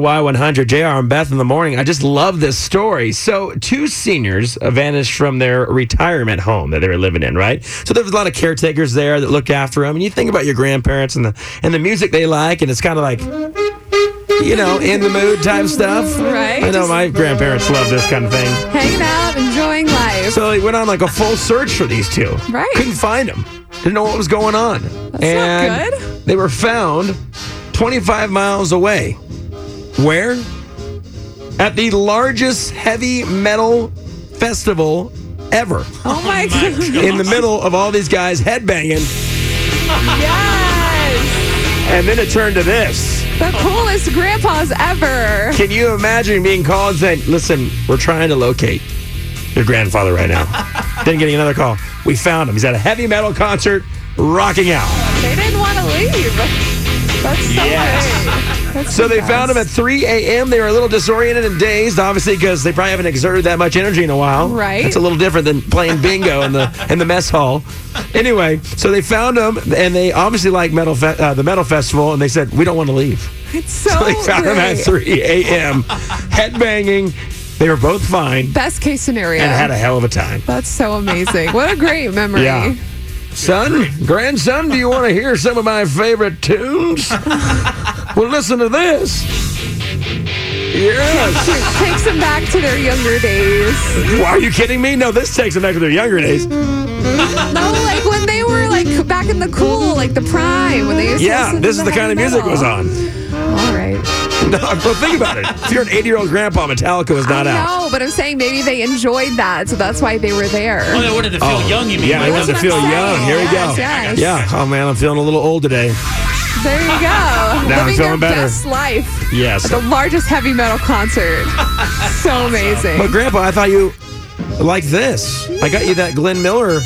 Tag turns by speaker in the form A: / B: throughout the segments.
A: Y100, JR and Beth in the morning. I just love this story. So, two seniors vanished from their retirement home that they were living in, right? So, there was a lot of caretakers there that looked after them. And you think about your grandparents and the, and the music they like, and it's kind of like, you know, in the mood type stuff.
B: Right.
A: I know my grandparents love this kind of thing.
B: Hanging out, enjoying life.
A: So he went on like a full search for these two.
B: Right.
A: Couldn't find them. Didn't know what was going on. That's and
B: good.
A: They were found 25 miles away. Where? At the largest heavy metal festival ever.
B: Oh my god.
A: In the middle of all these guys headbanging.
B: Yes.
A: And then it turned to this.
B: The coolest grandpas ever.
A: Can you imagine being called and saying, listen, we're trying to locate your grandfather right now? then getting another call. We found him. He's at a heavy metal concert, rocking out.
B: They didn't want to leave. That's so
A: Yes.
B: great. That's
A: So they
B: fantastic.
A: found him at 3 a.m. They were a little disoriented and dazed, obviously, because they probably haven't exerted that much energy in a while.
B: Right.
A: It's a little different than playing bingo in the in the mess hall. Anyway, so they found him, and they obviously like metal fe- uh, the metal festival, and they said we don't want to leave.
B: It's so
A: they found him at
B: Oh, great.
A: 3 a.m. headbanging. They were both fine
B: Best case scenario.
A: and had a hell of a time.
B: That's so amazing. What a great memory.
A: Yeah. Son, grandson, do you want to hear some of my favorite tunes? well, listen to this. Yes.
B: It takes them back to their younger days.
A: Why are you kidding me? No, this takes them back to their younger days.
B: No, like when they were like back in the cool, like the prime, when they used to
A: Yeah,
B: listen
A: this
B: to
A: is the kind of music
B: metal.
A: was on.
B: All right.
A: No, but think about it. If you're an 80 year old grandpa, Metallica was not out.
B: No, but I'm saying maybe they enjoyed that, so that's why they were there.
C: Oh, they wanted to feel young, you mean?
A: Yeah, I
C: Like,
A: want to
B: what
A: feel
B: I'm
A: young.
B: saying.
A: Here we go.
B: Yes, yes.
A: Yeah. Oh man, I'm feeling a little old today.
B: There you go.
A: Now I'm
B: Living
A: feeling
B: your
A: better.
B: best life.
A: Yes.
B: The largest heavy metal concert. So amazing.
A: But grandpa, I thought you like this. I got you that Glenn Miller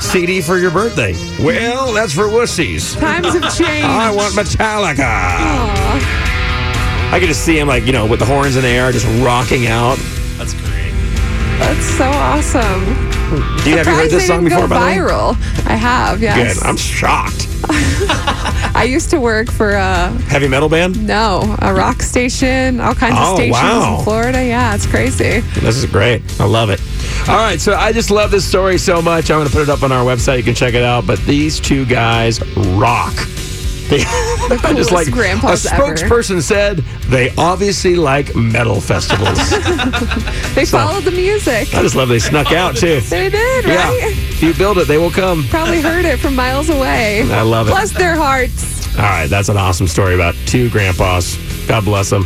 A: CD for your birthday. Well, that's for wussies.
B: Times have changed.
A: I want Metallica.
B: Aw.
A: I could just see him like you know with the horns in the air, just rocking out.
C: That's great.
B: That's so awesome.
A: Do you have you heard
B: Surprised
A: this
B: they
A: song
B: didn't
A: before?
B: go
A: By the way,
B: viral. I have, yes.
A: good. I'm shocked.
B: I used to work for a
A: Heavy metal band.
B: no, a rock station, all kinds
A: Oh,
B: of stations
A: wow.
B: in Florida. Yeah, it's crazy.
A: This is great. I love it. All right, so I just love this story so much. I'm going to put it up on our website. You can check it out. But these two guys rock. They, I
B: coolest grandpas
A: a
B: ever.
A: spokesperson said they obviously like metal festivals.
B: They followed the music.
A: I just love they snuck out too.
B: They did,
A: Yeah,
B: right?
A: if you build it, they will come.
B: Probably heard it from miles away.
A: I love it.
B: Bless their hearts.
A: All right, that's an awesome story about two grandpas. God bless them.